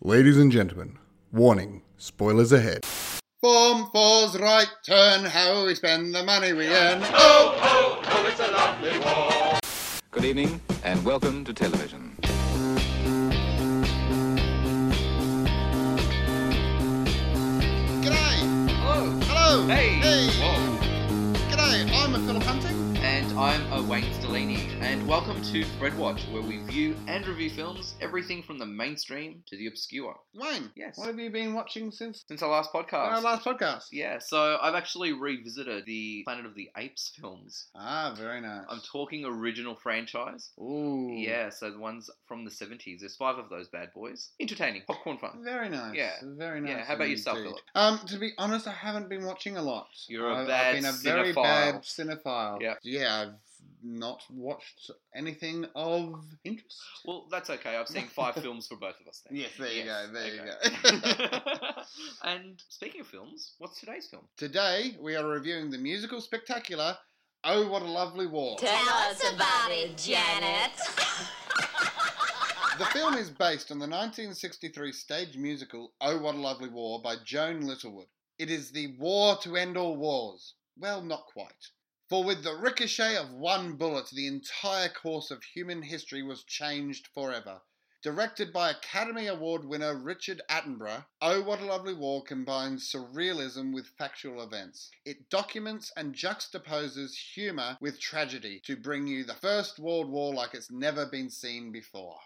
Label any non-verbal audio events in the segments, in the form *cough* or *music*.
Ladies and gentlemen, warning spoilers ahead. Form four's right turn, how we spend the money we earn. Oh, Good evening and welcome to television. G'day! Hello, Hello! Hey. Hey! G'day, I'm Philip Hunting. and I'm uh, Wayne Stellini, and welcome to Fred Watch, where we view and review films, everything from the mainstream to the obscure. Wayne, Yes. what have you been watching since Since our last podcast, our last podcast? yeah, so I've actually revisited the Planet of the Apes films. Ah, very nice. I'm talking original franchise. Ooh. Yeah, so the ones from the 70s. There's five of those bad boys. Entertaining, *laughs* popcorn fun. Very nice. Yeah. Very nice. Yeah, how about yourself, indeed. Philip? Um, to be honest, I haven't been watching a lot. You're a I've, bad I've been a very cinephile. bad cinephile. Yeah. Yeah, I've not watched anything of interest. Well, that's okay. I've *laughs* seen five films for both of us then. Yes, there you Yes, go. There you okay. go. *laughs* *laughs* and speaking of films, what's today's film? Today we are reviewing the musical spectacular Oh What a Lovely War. Tell us about it, Janet. The film is based on the 1963 stage musical Oh What a Lovely War by Joan Littlewood. It is the war to end all wars. Well, not quite. For with the ricochet of one bullet, the entire course of human history was changed forever. Directed by Academy Award winner Richard Attenborough, Oh What a Lovely War combines surrealism with factual events. It documents and juxtaposes humour with tragedy to bring you the First World War like it's never been seen before.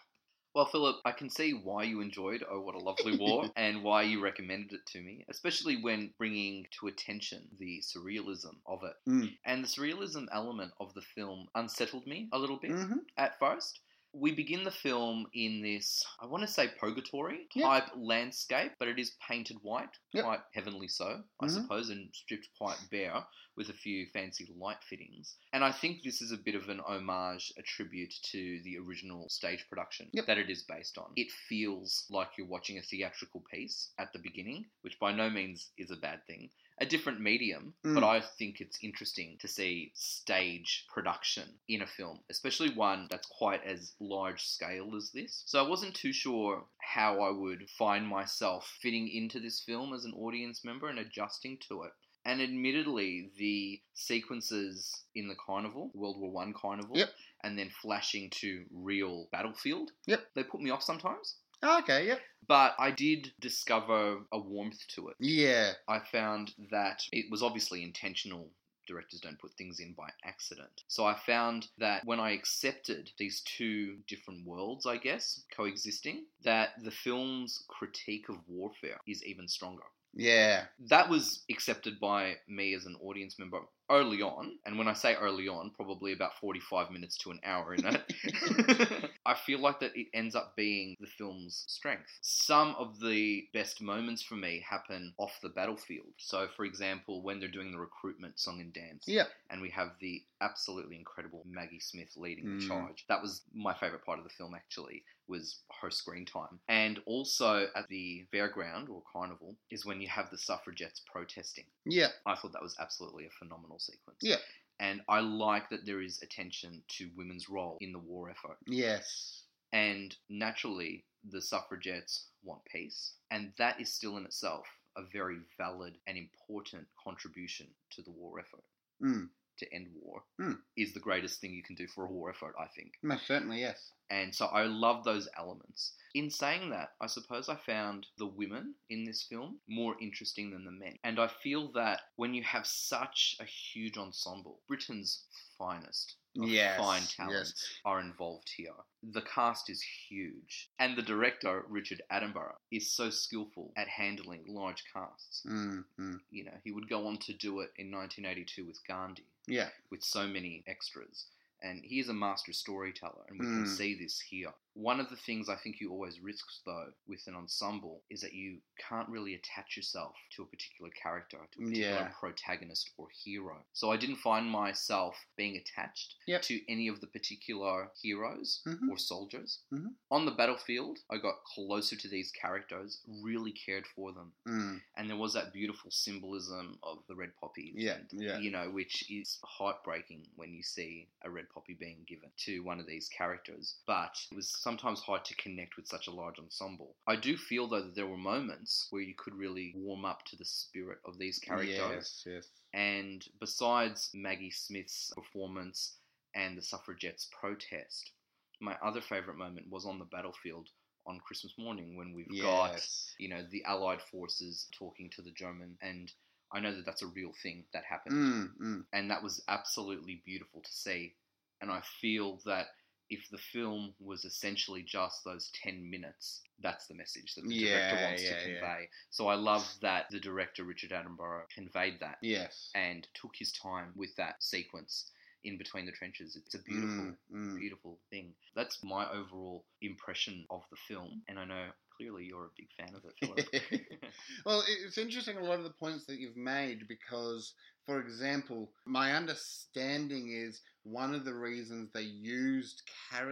Well, Philip, I can see why you enjoyed Oh What a Lovely War and why you recommended it to me, especially when bringing to attention the surrealism of it. Mm. And the surrealism element of the film unsettled me a little bit Mhm. at first. We begin the film in this, I want to say purgatory Yeah. type landscape, but it is painted white, Yep. quite heavenly so, I Mhm. suppose, and stripped quite bare with a few fancy light fittings. And I think this is a bit of an homage, a tribute to the original stage production Yep. that it is based on. It feels like you're watching a theatrical piece at the beginning, which by no means is a bad thing. A different medium, but Mm. I think it's interesting to see stage production in a film, especially one that's quite as large scale as this. So I wasn't too sure how I would find myself fitting into this film as an audience member and adjusting to it. And admittedly, the sequences in the carnival, World War One carnival, Yep. and then flashing to real battlefield, Yep. they put me off sometimes. Okay, yep. But I did discover a warmth to it. Yeah. I found that it was obviously intentional. Directors don't put things in by accident. So I found that when I accepted these two different worlds, I guess, coexisting, that the film's critique of warfare is even stronger Yeah. that was accepted by me as an audience member early on and when i say early on probably about 45 minutes to an hour in it *laughs* *laughs* i feel like that it ends up being the film's strength some of the best moments for me happen off the battlefield so for example when they're doing the recruitment song and dance Yeah. and we have the absolutely incredible Maggie Smith leading the Mm. charge. That was my favorite part of the film actually was her screen time. And also at the fairground or carnival is when you have the suffragettes protesting. Yeah. I thought that was absolutely a phenomenal sequence. Yeah. And I like that there is attention to women's role in the war effort. Yes. And naturally, the suffragettes want peace. And that is still in itself a very valid and important contribution to the war effort Mm. to end war Hmm. is the greatest thing you can do for a war effort, I think. Most certainly, yes. And so I love those elements. In saying that, I suppose I found the women in this film more interesting than the men. And I feel that when you have such a huge ensemble, Britain's finest of Yes, fine yes. talents are involved here. The cast is huge. And the director, Richard Attenborough, is so skillful at handling large casts. Mm. Mm. You know, he would go on to do it in 1982 with Gandhi Yeah. with so many extras. And he is a master storyteller, and we Mm. can see this here. One of the things I think you always risk, though, with an ensemble is that you can't really attach yourself to a particular character, to a particular Yeah. protagonist or hero. So I didn't find myself being attached Yep. to any of the particular heroes Mhm. or soldiers. Mhm. On the battlefield, I got closer to these characters, really cared for them. Mm. And there was that beautiful symbolism of the red poppies Yeah. and Yeah. you know, which is heartbreaking when you see a red poppy being given to one of these characters. But it was sometimes hard to connect with such a large ensemble. I do feel though that there were moments where you could really warm up to the spirit of these characters. Yes, yes. And besides Maggie Smith's performance and the suffragettes' protest, my other favourite moment was on the battlefield on Christmas morning when we've got Yes. you know the Allied forces talking to the German, and I know that that's a real thing that happened Mm, mm. and that was absolutely beautiful to see. And I feel that if the film was essentially just those 10 minutes, that's the message that the director Yeah, wants yeah, to yeah. convey. So I love that the director, Richard Attenborough, conveyed that Yes. and took his time with that sequence in between the trenches. It's a beautiful, Mm, mm. beautiful thing. That's my overall impression of the film. And I know clearly you're a big fan of *laughs* it, Philip. Well, it- it's interesting a lot of the points that you've made because, for example, my understanding is one of the reasons they used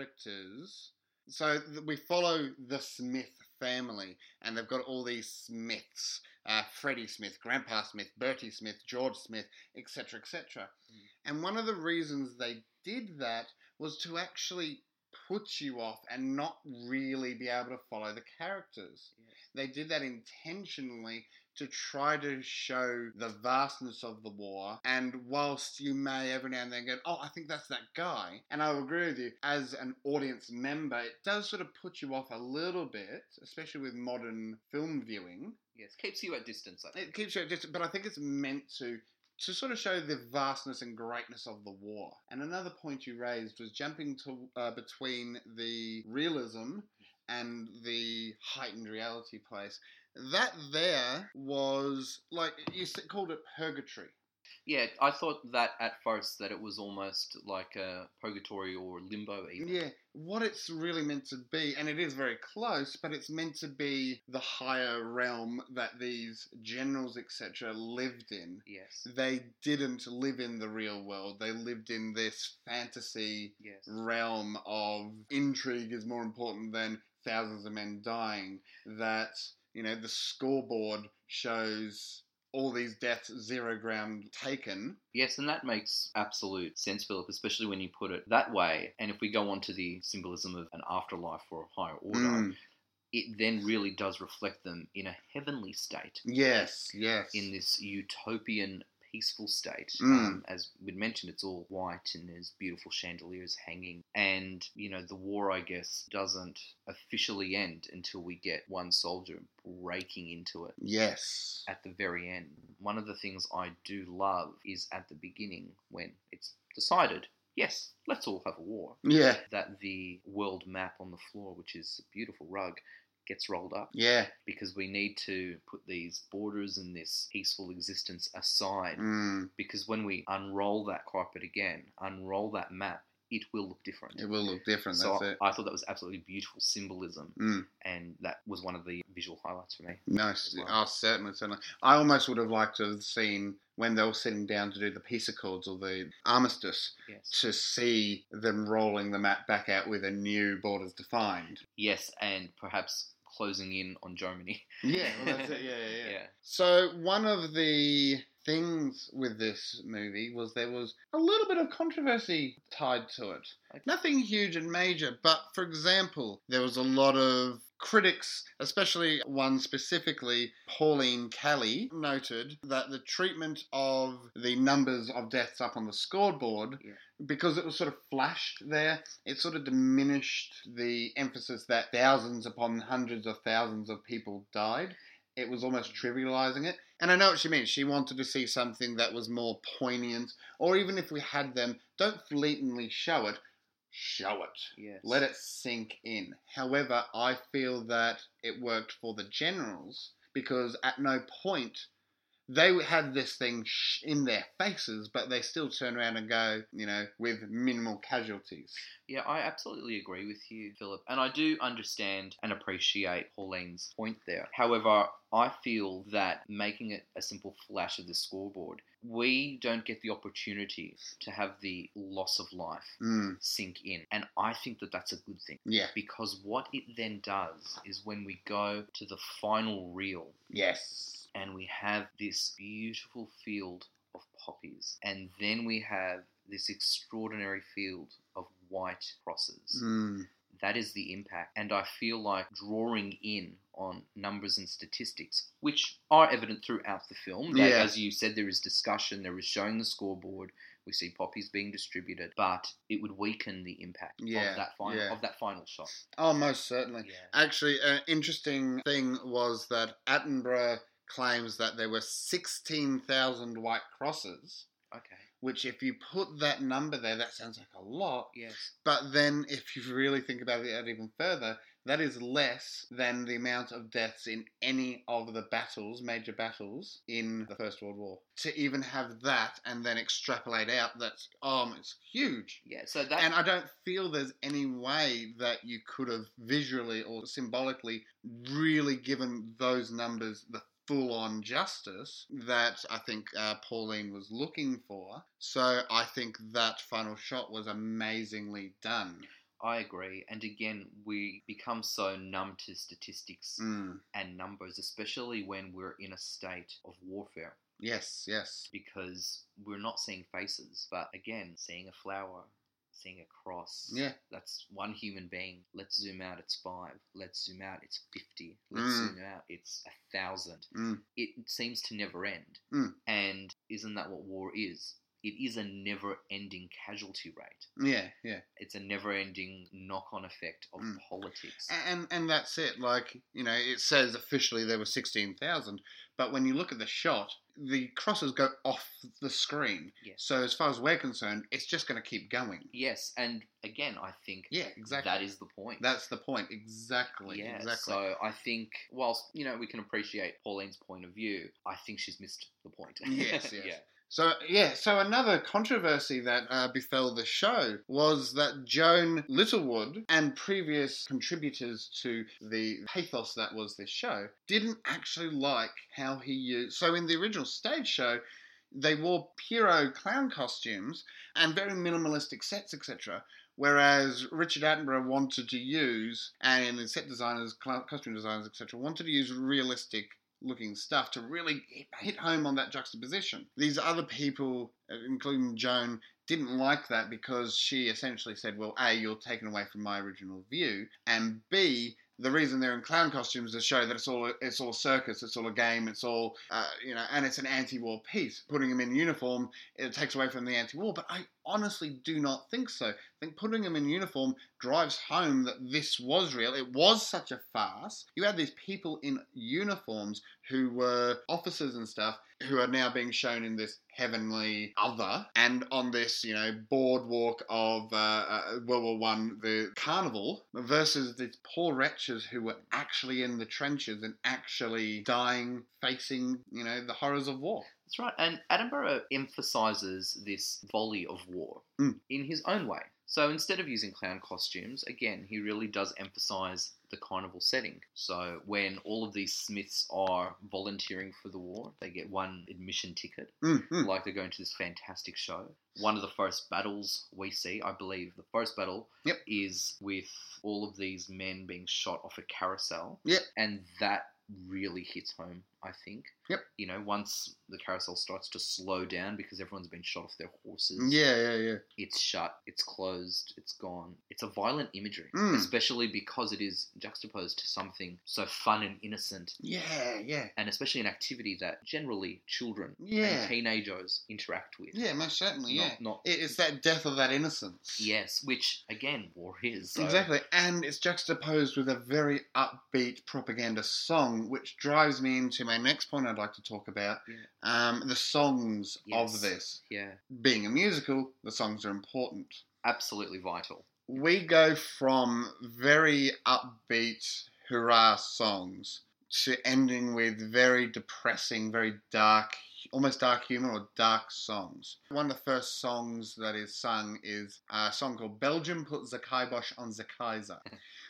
characters. So th- we follow the Smith family, and they've got all these Smiths uh, Freddie Smith, Grandpa Smith, Bertie Smith, George Smith, etc., etc. And one of the reasons they did that was to actually put you off and not really be able to follow the characters. They did that intentionally to try to show the vastness of the war. And whilst you may every now and then go, oh, I think that's that guy, and I agree with you, as an audience member, it does sort of put you off a little bit, especially with modern film viewing. *laughs* yes, keeps you at distance, I It think. keeps you at distance, but I think it's meant to to sort of show the vastness and greatness of the war. And another point you raised was jumping to uh, between the realism and the heightened reality place. That there was like you s- called it purgatory. Yeah, I thought that at first that it was almost like a purgatory or limbo even. Yeah, what it's really meant to be, and it is very close, but it's meant to be the higher realm that these generals etc. lived in. Yes. they didn't live in the real world. They lived in this fantasy Yes. realm of intrigue is more important than thousands of men dying. That, you know, the scoreboard shows all these deaths, zero ground taken. Yes, and that makes absolute sense, Philip, especially when you put it that way. And if we go on to the symbolism of an afterlife or a higher order, Mm, it then really does reflect them in a heavenly state, Yes, yes. in this utopian, peaceful state. Mm. Um, as we'd mentioned, it's all white and there's beautiful chandeliers hanging. And, you know, the war, I guess, doesn't officially end until we get one soldier breaking into it. yes. at the very end. One of the things I do love is at the beginning when it's decided, yes, let's all have a war, Yeah, that the world map on the floor, which is a beautiful rug, gets rolled up yeah. because we need to put these borders and this peaceful existence aside Mm, because when we unroll that carpet again, unroll that map, it will look different. it will look different, so that's it. I thought that was absolutely beautiful symbolism, Mm. and that was one of the visual highlights for me. Nice. as well. Oh, certainly, certainly. I almost would have liked to have seen when they were sitting down to do the peace accords or the armistice Yes. to see them rolling the map back out with a new borders defined. Yes, and perhaps closing in on Germany. Yeah, well, that's it. Yeah, *laughs* Yeah. So one of the things with this movie was there was a little bit of controversy tied to it. Okay. Nothing huge and major, but for example, there was a lot of critics, especially one specifically, Pauline Kelly, noted that the treatment of the numbers of deaths up on the scoreboard, Yeah. because it was sort of flashed there, it sort of diminished the emphasis that thousands upon hundreds of thousands of people died it was almost trivializing it. And I know what she means. She wanted to see something that was more poignant, or even if we had them, don't fleetingly show it, show it. Yes. Let it sink in. However, I feel that it worked for the generals because at no point they had this thing sh- in their faces, but they still turn around and go, you know, with minimal casualties. Yeah, I absolutely agree with you, Philip. And I do understand and appreciate Pauline's point there. However, I feel that making it a simple flash of the scoreboard, we don't get the opportunity to have the loss of life Mm, sink in. And I think that that's a good thing. yeah. Because what it then does is when we go to the final reel Yes. and we have this beautiful field of poppies, and then we have this extraordinary field of white crosses. Mm, That is the impact. And I feel like drawing in on numbers and statistics, which are evident throughout the film. That, Yeah. As you said, there is discussion, there is showing the scoreboard. We see poppies being distributed, but it would weaken the impact Yeah, of that final yeah. of that final shot. Oh, most certainly. Yeah. Actually, an interesting thing was that Attenborough claims that there were 16,000 white crosses, Uh, Okay. which, if you put that number there, that sounds like a lot. Yes. But then, if you really think about it out even further, that is less than the amount of deaths in any of the battles, major battles, in the First World War. To even have that and then extrapolate out, that's, um, it's huge. Yeah. So that And I don't feel there's any way that you could have visually or symbolically really given those numbers the full on justice that I think uh, Pauline was looking for. So I think that final shot was amazingly done. I agree. And again, we become so numb to statistics Mm. and numbers, especially when we're in a state of warfare, Yes, yes. because we're not seeing faces. But again, seeing a flower, seeing a cross. Yeah. That's one human being. Let's zoom out, it's five. Let's zoom out, it's 50. Let's Mm. zoom out, it's a thousand. Mm. It seems to never end. Mm. And isn't that what war is? It is a never ending casualty rate. Yeah, yeah. It's a never ending knock on effect of Mm. politics. And and that's it. Like you know, it says officially there were sixteen thousand, but when you look at the shot, the crosses go off the screen. Yes. So as far as we're concerned, it's just going to keep going. Yes, and again, I think Yeah, exactly. that is the point. That's the point. Exactly. yeah. exactly. So I think, whilst you know we can appreciate Pauline's point of view, I think she's missed the point. *laughs* Yes, yes. yeah. So yeah, so another controversy that uh, befell the show was that Joan Littlewood and previous contributors to the pathos that was this show didn't actually like how he used. So in the original stage show, they wore Pierrot clown costumes and very minimalistic sets, etc. Whereas Richard Attenborough wanted to use, and the set designers, cl- costume designers, etc., wanted to use realistic looking stuff to really hit home on that juxtaposition. These other people, uh, including Joan, didn't like that because she essentially said, well, A, you're taken away from my original view, and B, the reason they're in clown costumes is to show that it's all it's all a circus, it's all a game, it's all uh, you know, and it's an anti-war piece. Putting them in uniform it takes away from the anti-war, but I honestly do not think so. I think putting them in uniform drives home that this was real. It was such a farce. You had these people in uniforms who were officers and stuff who are now being shown in this heavenly other and on this, you know, boardwalk of uh, uh, World War One, the carnival, versus these poor wretches who were actually in the trenches and actually dying, facing, you know, the horrors of war. That's right. And Attenborough emphasizes this volley of war Mm. in his own way. So instead of using clown costumes, again, he really does emphasize the carnival setting. So when all of these Smiths are volunteering for the war, they get one admission ticket. Mm, mm. like they're going to this fantastic show. One of the first battles we see, I believe, the first battle Yep. is with all of these men being shot off a carousel. Yep. And that really hits home, I think. Yep. You know, once the carousel starts to slow down because everyone's been shot off their horses, Yeah, yeah, yeah. it's shut, it's closed, it's gone. It's a violent imagery, Mm. especially because it is juxtaposed to something so fun and innocent Yeah, yeah. and especially an activity that generally children Yeah. and teenagers interact with. Yeah, most certainly, yeah. Not, not It- It's that death of that innocence. yes, which again, war is so- Exactly, and it's juxtaposed with a very upbeat propaganda song, which drives me into my next point I'd like to talk about Yeah. um, the songs Yes. of this. Yeah, Being a musical, the songs are important. absolutely vital. We go from very upbeat hurrah songs to ending with very depressing, very dark, almost dark humor or dark songs. One of the first songs that is sung is a song called Belgium Put the Kibosh on the Kaiser,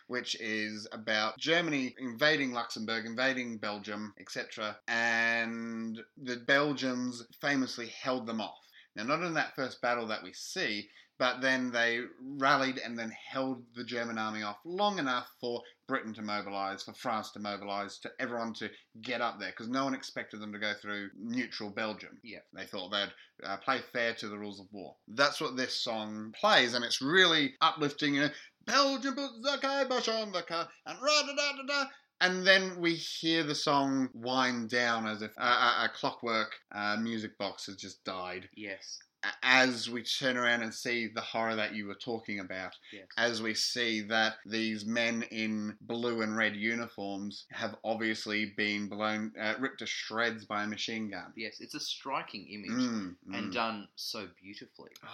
which is about Germany invading Luxembourg, invading Belgium, etc. And the Belgians famously held them off. Now, not in that first battle that we see, but then they rallied and then held the German army off long enough for Britain to mobilise, for France to mobilise, to everyone to get up there, because no one expected them to go through neutral Belgium. Yeah. They thought they'd uh, play fair to the rules of war. That's what this song plays, and it's really uplifting. You know, Belgium put the kibosh on the car, and ra da da da da. And then we hear the song wind down as if a, a, a clockwork uh, music box has just died. Yes. A- As we turn around and see the horror that you were talking about, Yes. as we see that these men in blue and red uniforms have obviously been blown, uh, ripped to shreds by a machine gun. Yes. It's a striking image Mm, and uh, mm. done so beautifully. Oh,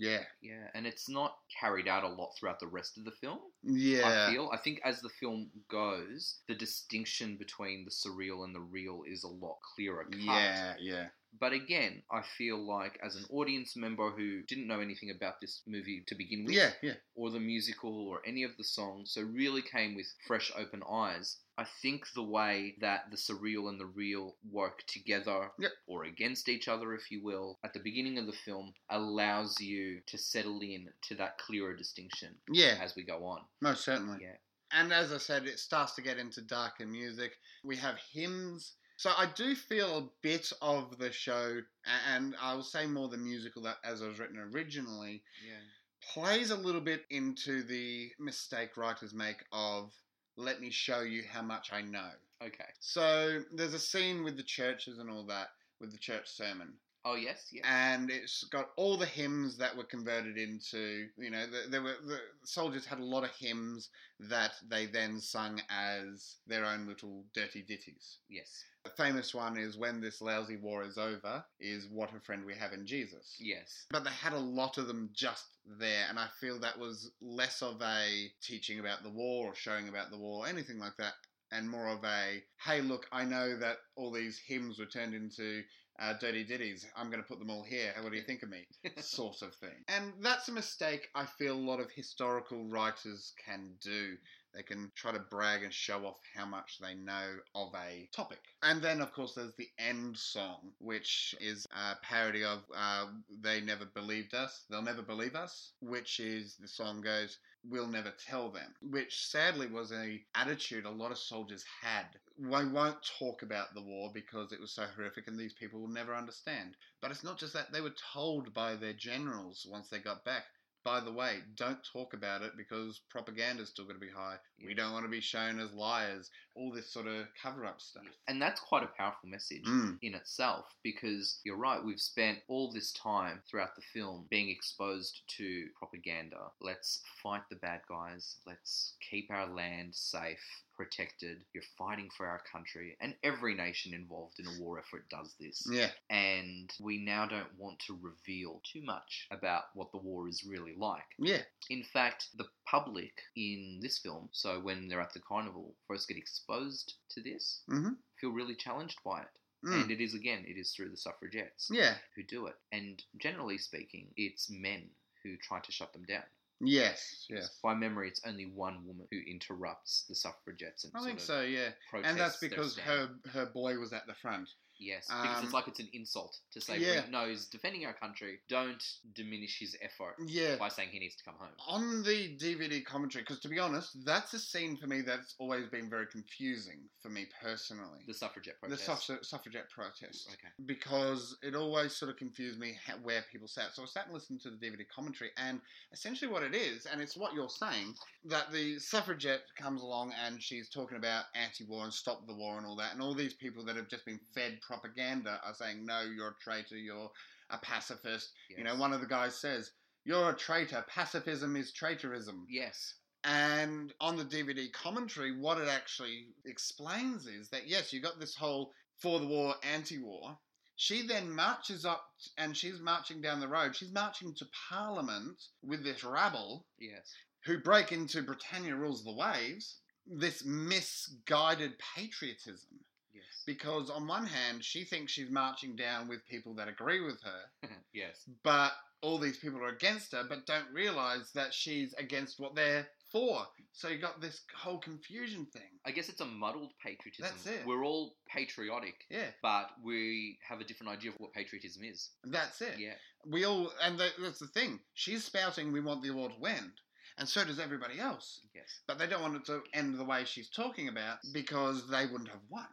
yeah, Yeah, and it's not carried out a lot throughout the rest of the film. yeah. I feel. I think as the film goes, the distinction between the surreal and the real is a lot clearer cut. Yeah, yeah. But again, I feel like as an audience member who didn't know anything about this movie to begin with, Yeah, yeah. or the musical or any of the songs, so really came with fresh open eyes. I think the way that the surreal and the real work together Yep. or against each other, if you will, at the beginning of the film allows you to settle in to that clearer distinction Yeah, as we go on. most certainly. Yeah. And as I said, it starts to get into darker music. We have hymns. So I do feel a bit of the show, a- and I will say more the musical that, as it was written originally, Yeah. plays a little bit into the mistake writers make of let me show you how much I know. Okay. So there's a scene with the churches and all that, with the church sermon. Oh yes, yes. and it's got all the hymns that were converted into you know the, there were the soldiers had a lot of hymns that they then sung as their own little dirty ditties yes. a famous one is when this lousy war is over is what a friend we have in jesus Yes. but they had a lot of them just there and i feel that was less of a teaching about the war or showing about the war anything like that and more of a hey look i know that all these hymns were turned into uh, dirty ditties i'm going to put them all here what do you think of me sort of thing and that's a mistake i feel a lot of historical writers can do they can try to brag and show off how much they know of a topic. And then, of course, there's the end song, which is a parody of uh, They Never Believed Us, They'll Never Believe Us, which is the song goes, We'll Never Tell Them, which sadly was a attitude a lot of soldiers had. We won't talk about the war because it was so horrific and these people will never understand. But it's not just that, they were told by their generals once they got back by the way, don't talk about it because propaganda's still going to be high. We don't want to be shown as liars. All this sort of cover up stuff. And that's quite a powerful message. Mm. in itself because you're right, we've spent all this time throughout the film being exposed to propaganda. Let's fight the bad guys, let's keep our land safe, protected. You're fighting for our country, and every nation involved in a war effort does this. Yeah, And we now don't want to reveal too much about what the war is really like. yeah, In fact, the public in this film, so when they're at the carnival, first get exposed to this, Mhm. feel really challenged by it. mm, And it is again, it is through the suffragettes yeah, who do it. And generally speaking, it's men who try to shut them down. yes, yes. By memory, it's only one woman who interrupts the suffragettes and I sort think of so. Yeah, protests and that's their because stand. her her boy was at the front. yes, because um, it's like it's an insult to say yeah. no, he's defending our country. Don't diminish his effort Yeah. by saying he needs to come home. On the DVD commentary, because to be honest, that's a scene for me that's always been very confusing for me personally. The suffragette The protest. suffra- suffragette protest. Okay. because it always sort of confused me how, where people sat. So I sat and listened to the DVD commentary, and essentially what it is, and it's what you're saying, that the suffragette comes along and she's talking about anti-war and stop the war and all that, and all these people that have just been fed propaganda are saying, no, you're a traitor, you're a pacifist. You know, Yes. one of the guys says, you're a traitor. Pacifism is traitorism. Yes. And on the DVD commentary, what it actually explains is that yes, you got this whole for the war, anti war. She then marches up and she's marching down the road. She's marching to Parliament with this rabble Yes. who break into Britannia Rules the Waves, this misguided patriotism. Yes. Because on one hand, she thinks she's marching down with people that agree with her, *laughs* yes. but all these people are against her, but don't realize that she's against what they're for. So you got this whole confusion thing. I guess it's a muddled patriotism. That's it. We're all patriotic, Yeah, but we have a different idea of what patriotism is. that's it. Yeah. We all, and tha- that's the thing. She's spouting we want the war to end, and so does everybody else. Yes. But they don't want it to end the way she's talking about because they wouldn't have won.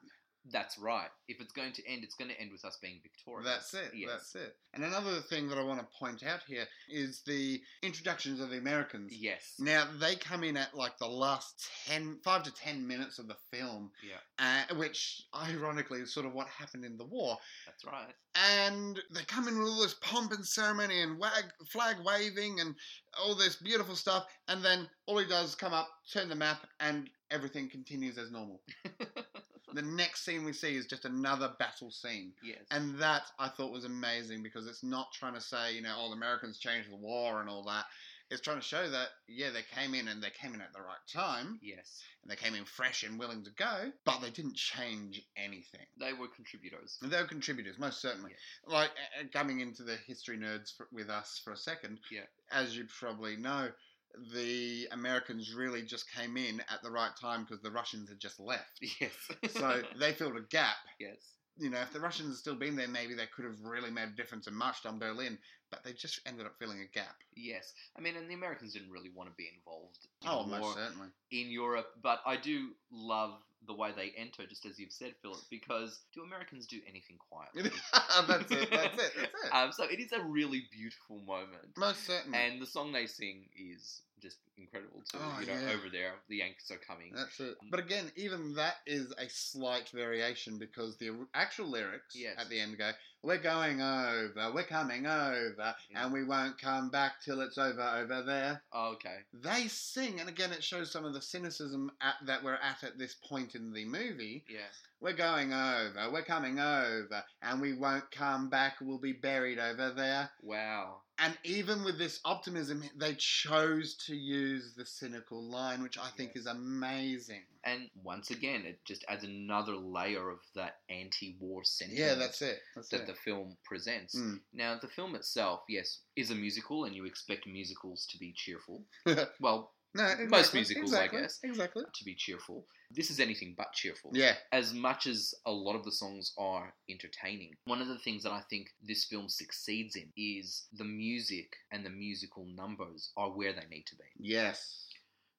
That's right. If it's going to end, it's going to end with us being victorious. That's it. Yes. That's it. And another thing that I want to point out here is the introductions of the Americans. Yes. Now they come in at like the last 10, 5 to ten minutes of the film, Yeah. uh, which ironically is sort of what happened in the war. That's right. And they come in with all this pomp and ceremony and wag, flag waving and all this beautiful stuff. And then all he does is come up, turn the map, and everything continues as normal. the next scene we see is just another battle scene. Yes. And that I thought was amazing because it's not trying to say, you know, all the Americans changed the war and all that. It's trying to show that, yeah, they came in and they came in at the right time yes. and they came in fresh and willing to go, but they didn't change anything. They were contributors. They were contributors, most certainly. Like uh, uh, coming into the history nerds for, with us for a second, Yeah. as you probably know, the Americans really just came in at the right time because the Russians had just left. *laughs* *laughs* Yes. so they filled a gap *laughs* yes. you know, if the Russians had still been there, maybe they could have really made a difference and marched on Berlin. But they just ended up filling a gap. Yes. I mean, and the Americans didn't really want to be involved in Oh, the most war certainly. in Europe, but I do love the way they enter, just as you've said, Philip, because do Americans do anything quietly? *laughs* *laughs* that's it. That's it. *laughs* That's it. Um, so it is a really beautiful moment. *laughs* most certainly. And the song they sing is just incredible too. Oh, you know, yeah. Uh. over there, the Yanks are coming. that's it. Mm. But again, even that is a slight variation because the or- actual lyrics Yes. at the end go, "We're going over, we're coming over, Yeah. and we won't come back till it's over over there." Oh, okay. They sing, and again, it shows some of the cynicism at, that we're at at this point in the movie. Yeah. We're going over, we're coming over, and we won't come back, we'll be buried over there. Wow. And even with this optimism, they chose to use the cynical line, which I think Yes. is amazing. And once again, it just adds another layer of that anti-war sentiment. Yeah, that's it. That's that it. the film presents. Mm. Now, the film itself, yes, is a musical, and you expect musicals to be *laughs* cheerful. well, no, most musicals, I exactly, guess. Exactly. to be cheerful. This is anything but cheerful. Yeah. As much as a lot of the songs are entertaining, one of the things that I think this film succeeds in is the music and the musical numbers are where they need to be. Yes.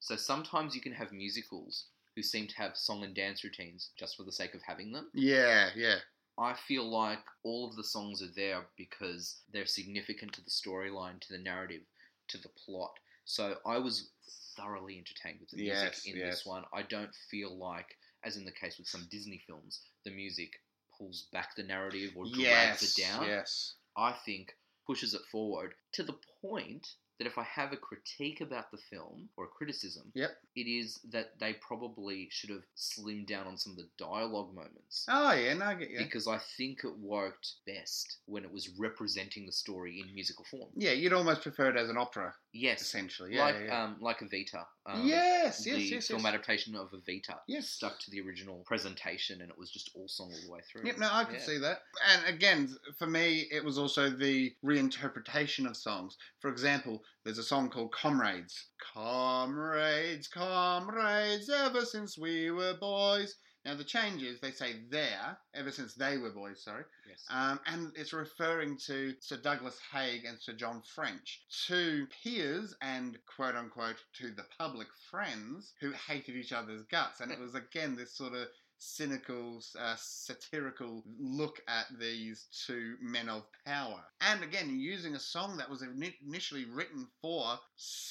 So sometimes you can have musicals who seem to have song and dance routines just for the sake of having them. Yeah, yeah. I feel like all of the songs are there because they're significant to the storyline, to the narrative, to the plot. So I was thoroughly entertained with the music Yes, in yes. this one. I don't feel like, as in the case with some Disney films, the music pulls back the narrative or drags yes. it down. Yes. I think pushes it forward to the point that if I have a critique about the film or a criticism, Yep. it is that they probably should have slimmed down on some of the dialogue moments Oh, yeah, no, I get you. because I think it worked best when it was representing the story in musical form. Yeah, you'd almost prefer it as an opera, Yes, essentially. Yeah, like yeah, yeah. Um, like Evita. Um, yes, yes, the yes, film yes. adaptation of Evita Yes. stuck to the original presentation, and it was just all song all the way through. Yep, no, I can Yeah. see that. And again, for me, it was also the reinterpretation of songs. For example, there's a song called Comrades. Comrades, comrades, ever since we were boys. Now, the change is they say there, ever since they were boys, sorry. Yes. Um, and it's referring to Sir Douglas Haig and Sir John French, two peers and quote unquote to the public friends who hated each other's guts. And it was again this sort of cynical, uh, satirical look at these two men of power. And again, using a song that was ini- initially written for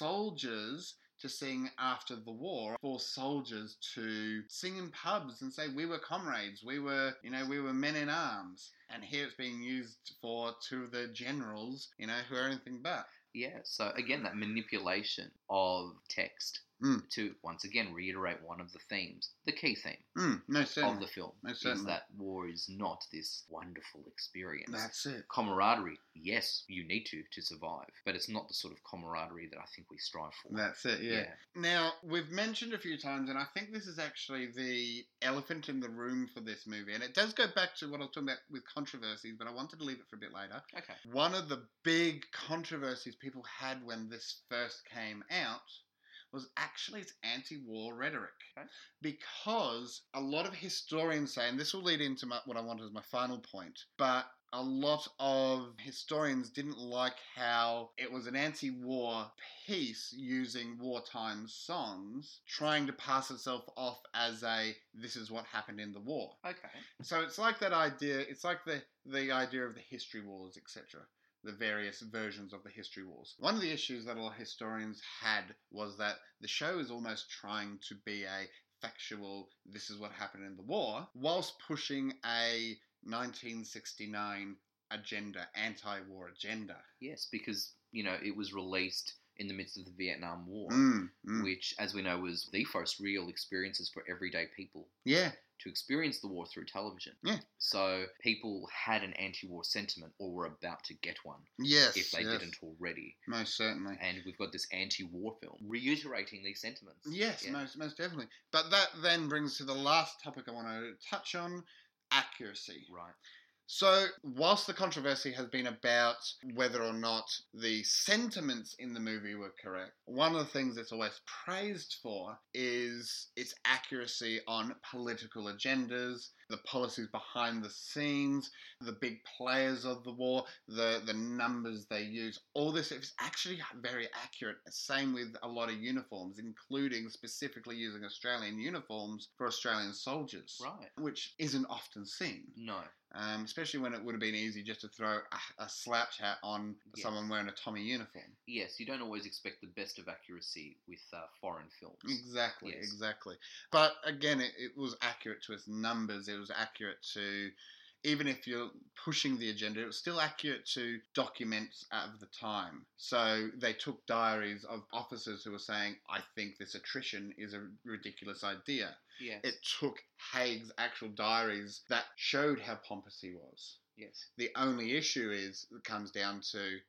soldiers. To sing after the war, for soldiers to sing in pubs and say, We were comrades, we were, you know, we were men in arms. And here it's being used for two of the generals, you know, who are anything but. Yeah, so again, that manipulation of text Mm. to once again reiterate one of the themes, the key theme Mm, no, of certainly. the film, Most is certainly. that war is not this wonderful experience. That's it. camaraderie, yes, you need to to survive, but it's not the sort of camaraderie that I think we strive for. That's it, yeah. Now, we've mentioned a few times, and I think this is actually the elephant in the room for this movie. And it does go back to what I was talking about with controversies, but I wanted to leave it for a bit later. Okay. One of the big controversies people had when this first came out was actually its anti war rhetoric. Okay. Because a lot of historians say, and this will lead into my, what I want as my final point, but a lot of historians didn't like how it was an anti war piece using wartime songs, trying to pass itself off as a this is what happened in the war. Okay. So it's like that idea. It's like the the idea of the history wars, etc. The various versions of the history wars. One of the issues that a lot of historians had was that the show is almost trying to be a factual. This is what happened in the war, whilst pushing a 1969 agenda, anti-war agenda. Yes, because you know it was released in the midst of the Vietnam War, Mm, mm. which, as we know, was the first real experiences for everyday people Yeah, to experience the war through television. Yeah. So people had an anti-war sentiment, or were about to get one yes, if they yes, didn't already. most certainly. And we've got this anti-war film reiterating these sentiments. Yes, Yeah. most most definitely. But that then brings to the last topic I want to touch on: accuracy. Right. So, whilst the controversy has been about whether or not the sentiments in the movie were correct, one of the things it's always praised for is its accuracy on political agendas, the policies behind the scenes, the big players of the war, the, the numbers they use. All this is actually very accurate. Same with a lot of uniforms, including specifically using Australian uniforms for Australian soldiers, Right. which isn't often seen No. um, especially when it would have been easy just to throw a, a slouch hat on Yes. someone wearing a Tommy uniform. Yes, you don't always expect the best of accuracy with uh, foreign films. Exactly, Yes. exactly. But again, it, it was accurate to its numbers. It was accurate to, even if you're pushing the agenda, it was still accurate to documents of the time. So they took diaries of officers who were saying, I think this attrition is a ridiculous idea. Yes. It took Haig's actual diaries that showed how pompous he was. yes. the only issue is it comes down to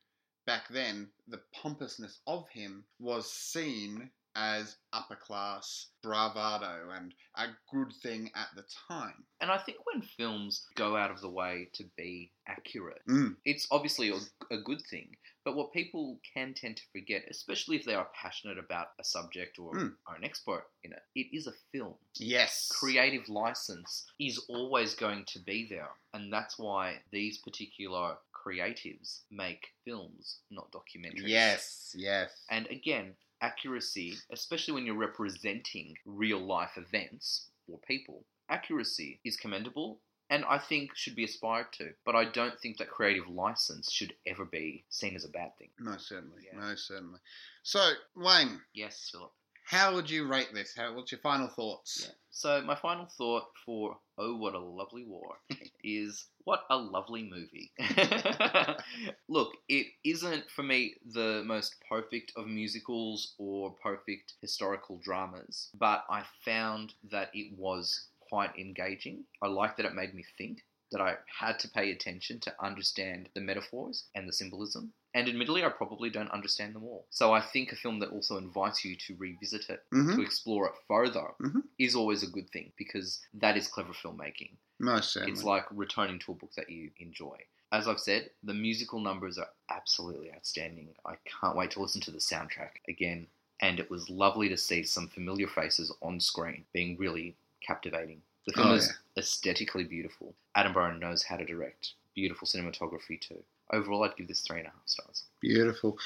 back then the pompousness of him was seen as upper class bravado and a good thing at the time. And I think when films go out of the way to be accurate, Mm. it's obviously a, a good thing. But what people can tend to forget, especially if they are passionate about a subject or Mm. are an expert in it, it is a film. Yes. Creative license is always going to be there. And that's why these particular creatives make films, not documentaries. Yes, yes. And again, accuracy, especially when you're representing real life events or people, accuracy is commendable and I think should be aspired to. But I don't think that creative license should ever be seen as a bad thing. most certainly, Yeah. most certainly. So, Wayne, Yes, Philip. how would you rate this? How, what's your final thoughts? Yeah. So my final thought for Oh What a Lovely War is what a lovely movie. *laughs* Look, it isn't for me the most perfect of musicals or perfect historical dramas, but I found that it was quite engaging. I liked that it made me think. That I had to pay attention to understand the metaphors and the symbolism. And admittedly, I probably don't understand them all. So I think a film that also invites you to revisit it hmm to explore it further Mhm. is always a good thing because that is clever filmmaking. Most certainly. It's like returning to a book that you enjoy. As I've said, the musical numbers are absolutely outstanding. I can't wait to listen to the soundtrack again. And it was lovely to see some familiar faces on screen being really captivating. The film Oh, is aesthetically beautiful. Attenborough knows how to direct. Beautiful cinematography, too. Overall, I'd give this three and a half stars. Beautiful.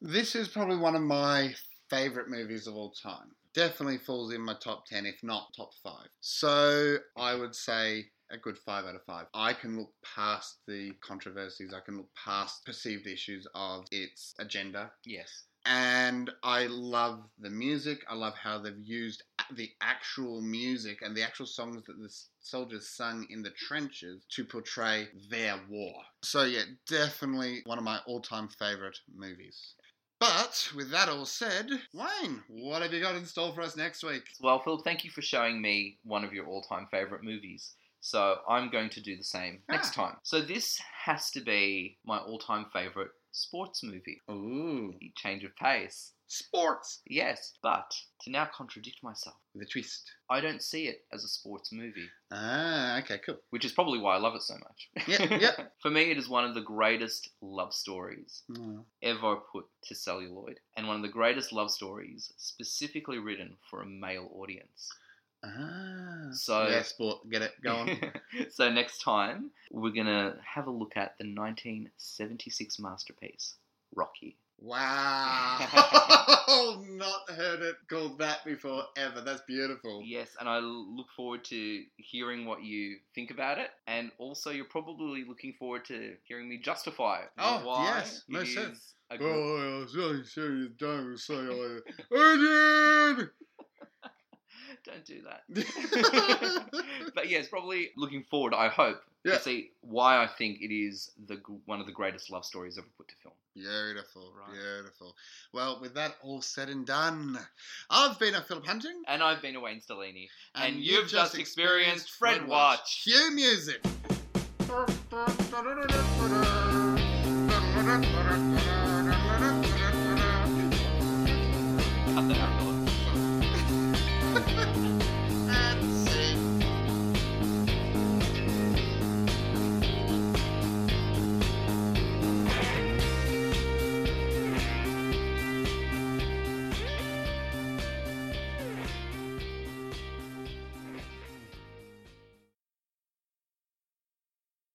This is probably one of my favorite movies of all time. Definitely falls in my top 10, if not top 5. So I would say a good 5 out of 5. I can look past the controversies, I can look past perceived issues of its agenda. Yes. And I love the music. I love how they've used a- the actual music and the actual songs that the s- soldiers sung in the trenches to portray their war. So, yeah, definitely one of my all time favorite movies. But with that all said, Wayne, what have you got in store for us next week? Well, Philip, thank you for showing me one of your all time favourite movies. So I'm going to do the same next time. So this has to be my all time favourite sports movie. Ooh, Change of pace. sports! Yes, but to now contradict myself, The twist. I don't see it as a sports movie, Ah, okay, cool. which is probably why I love it so much. *laughs* Yeah, yeah. for me, it is one of the greatest love stories Mm. ever put to celluloid, and one of the greatest love stories specifically written for a male audience. Ah. So- yeah, sport. Get it. Go on. *laughs* so next time we're gonna have a look at the 1976 masterpiece Rocky. *laughs* wow. Not heard it called that before ever. That's beautiful. Yes, and I l- look forward to hearing what you think about it, and also you're probably looking forward to hearing me justify Oh, why yes, it no is sense. a gr- Oh, I was really serious. Don't say I. Onion! *laughs* Don't *laughs* do that. but yes, probably looking forward. I hope Yeah. to see why I think it is the gr- one of the greatest love stories ever put to film. Beautiful, Right. beautiful. Well, with that all said and done, I've been a Philip Hunting, And I've been Wayne Stellini. And you've just experienced Fred Watch. Cue music.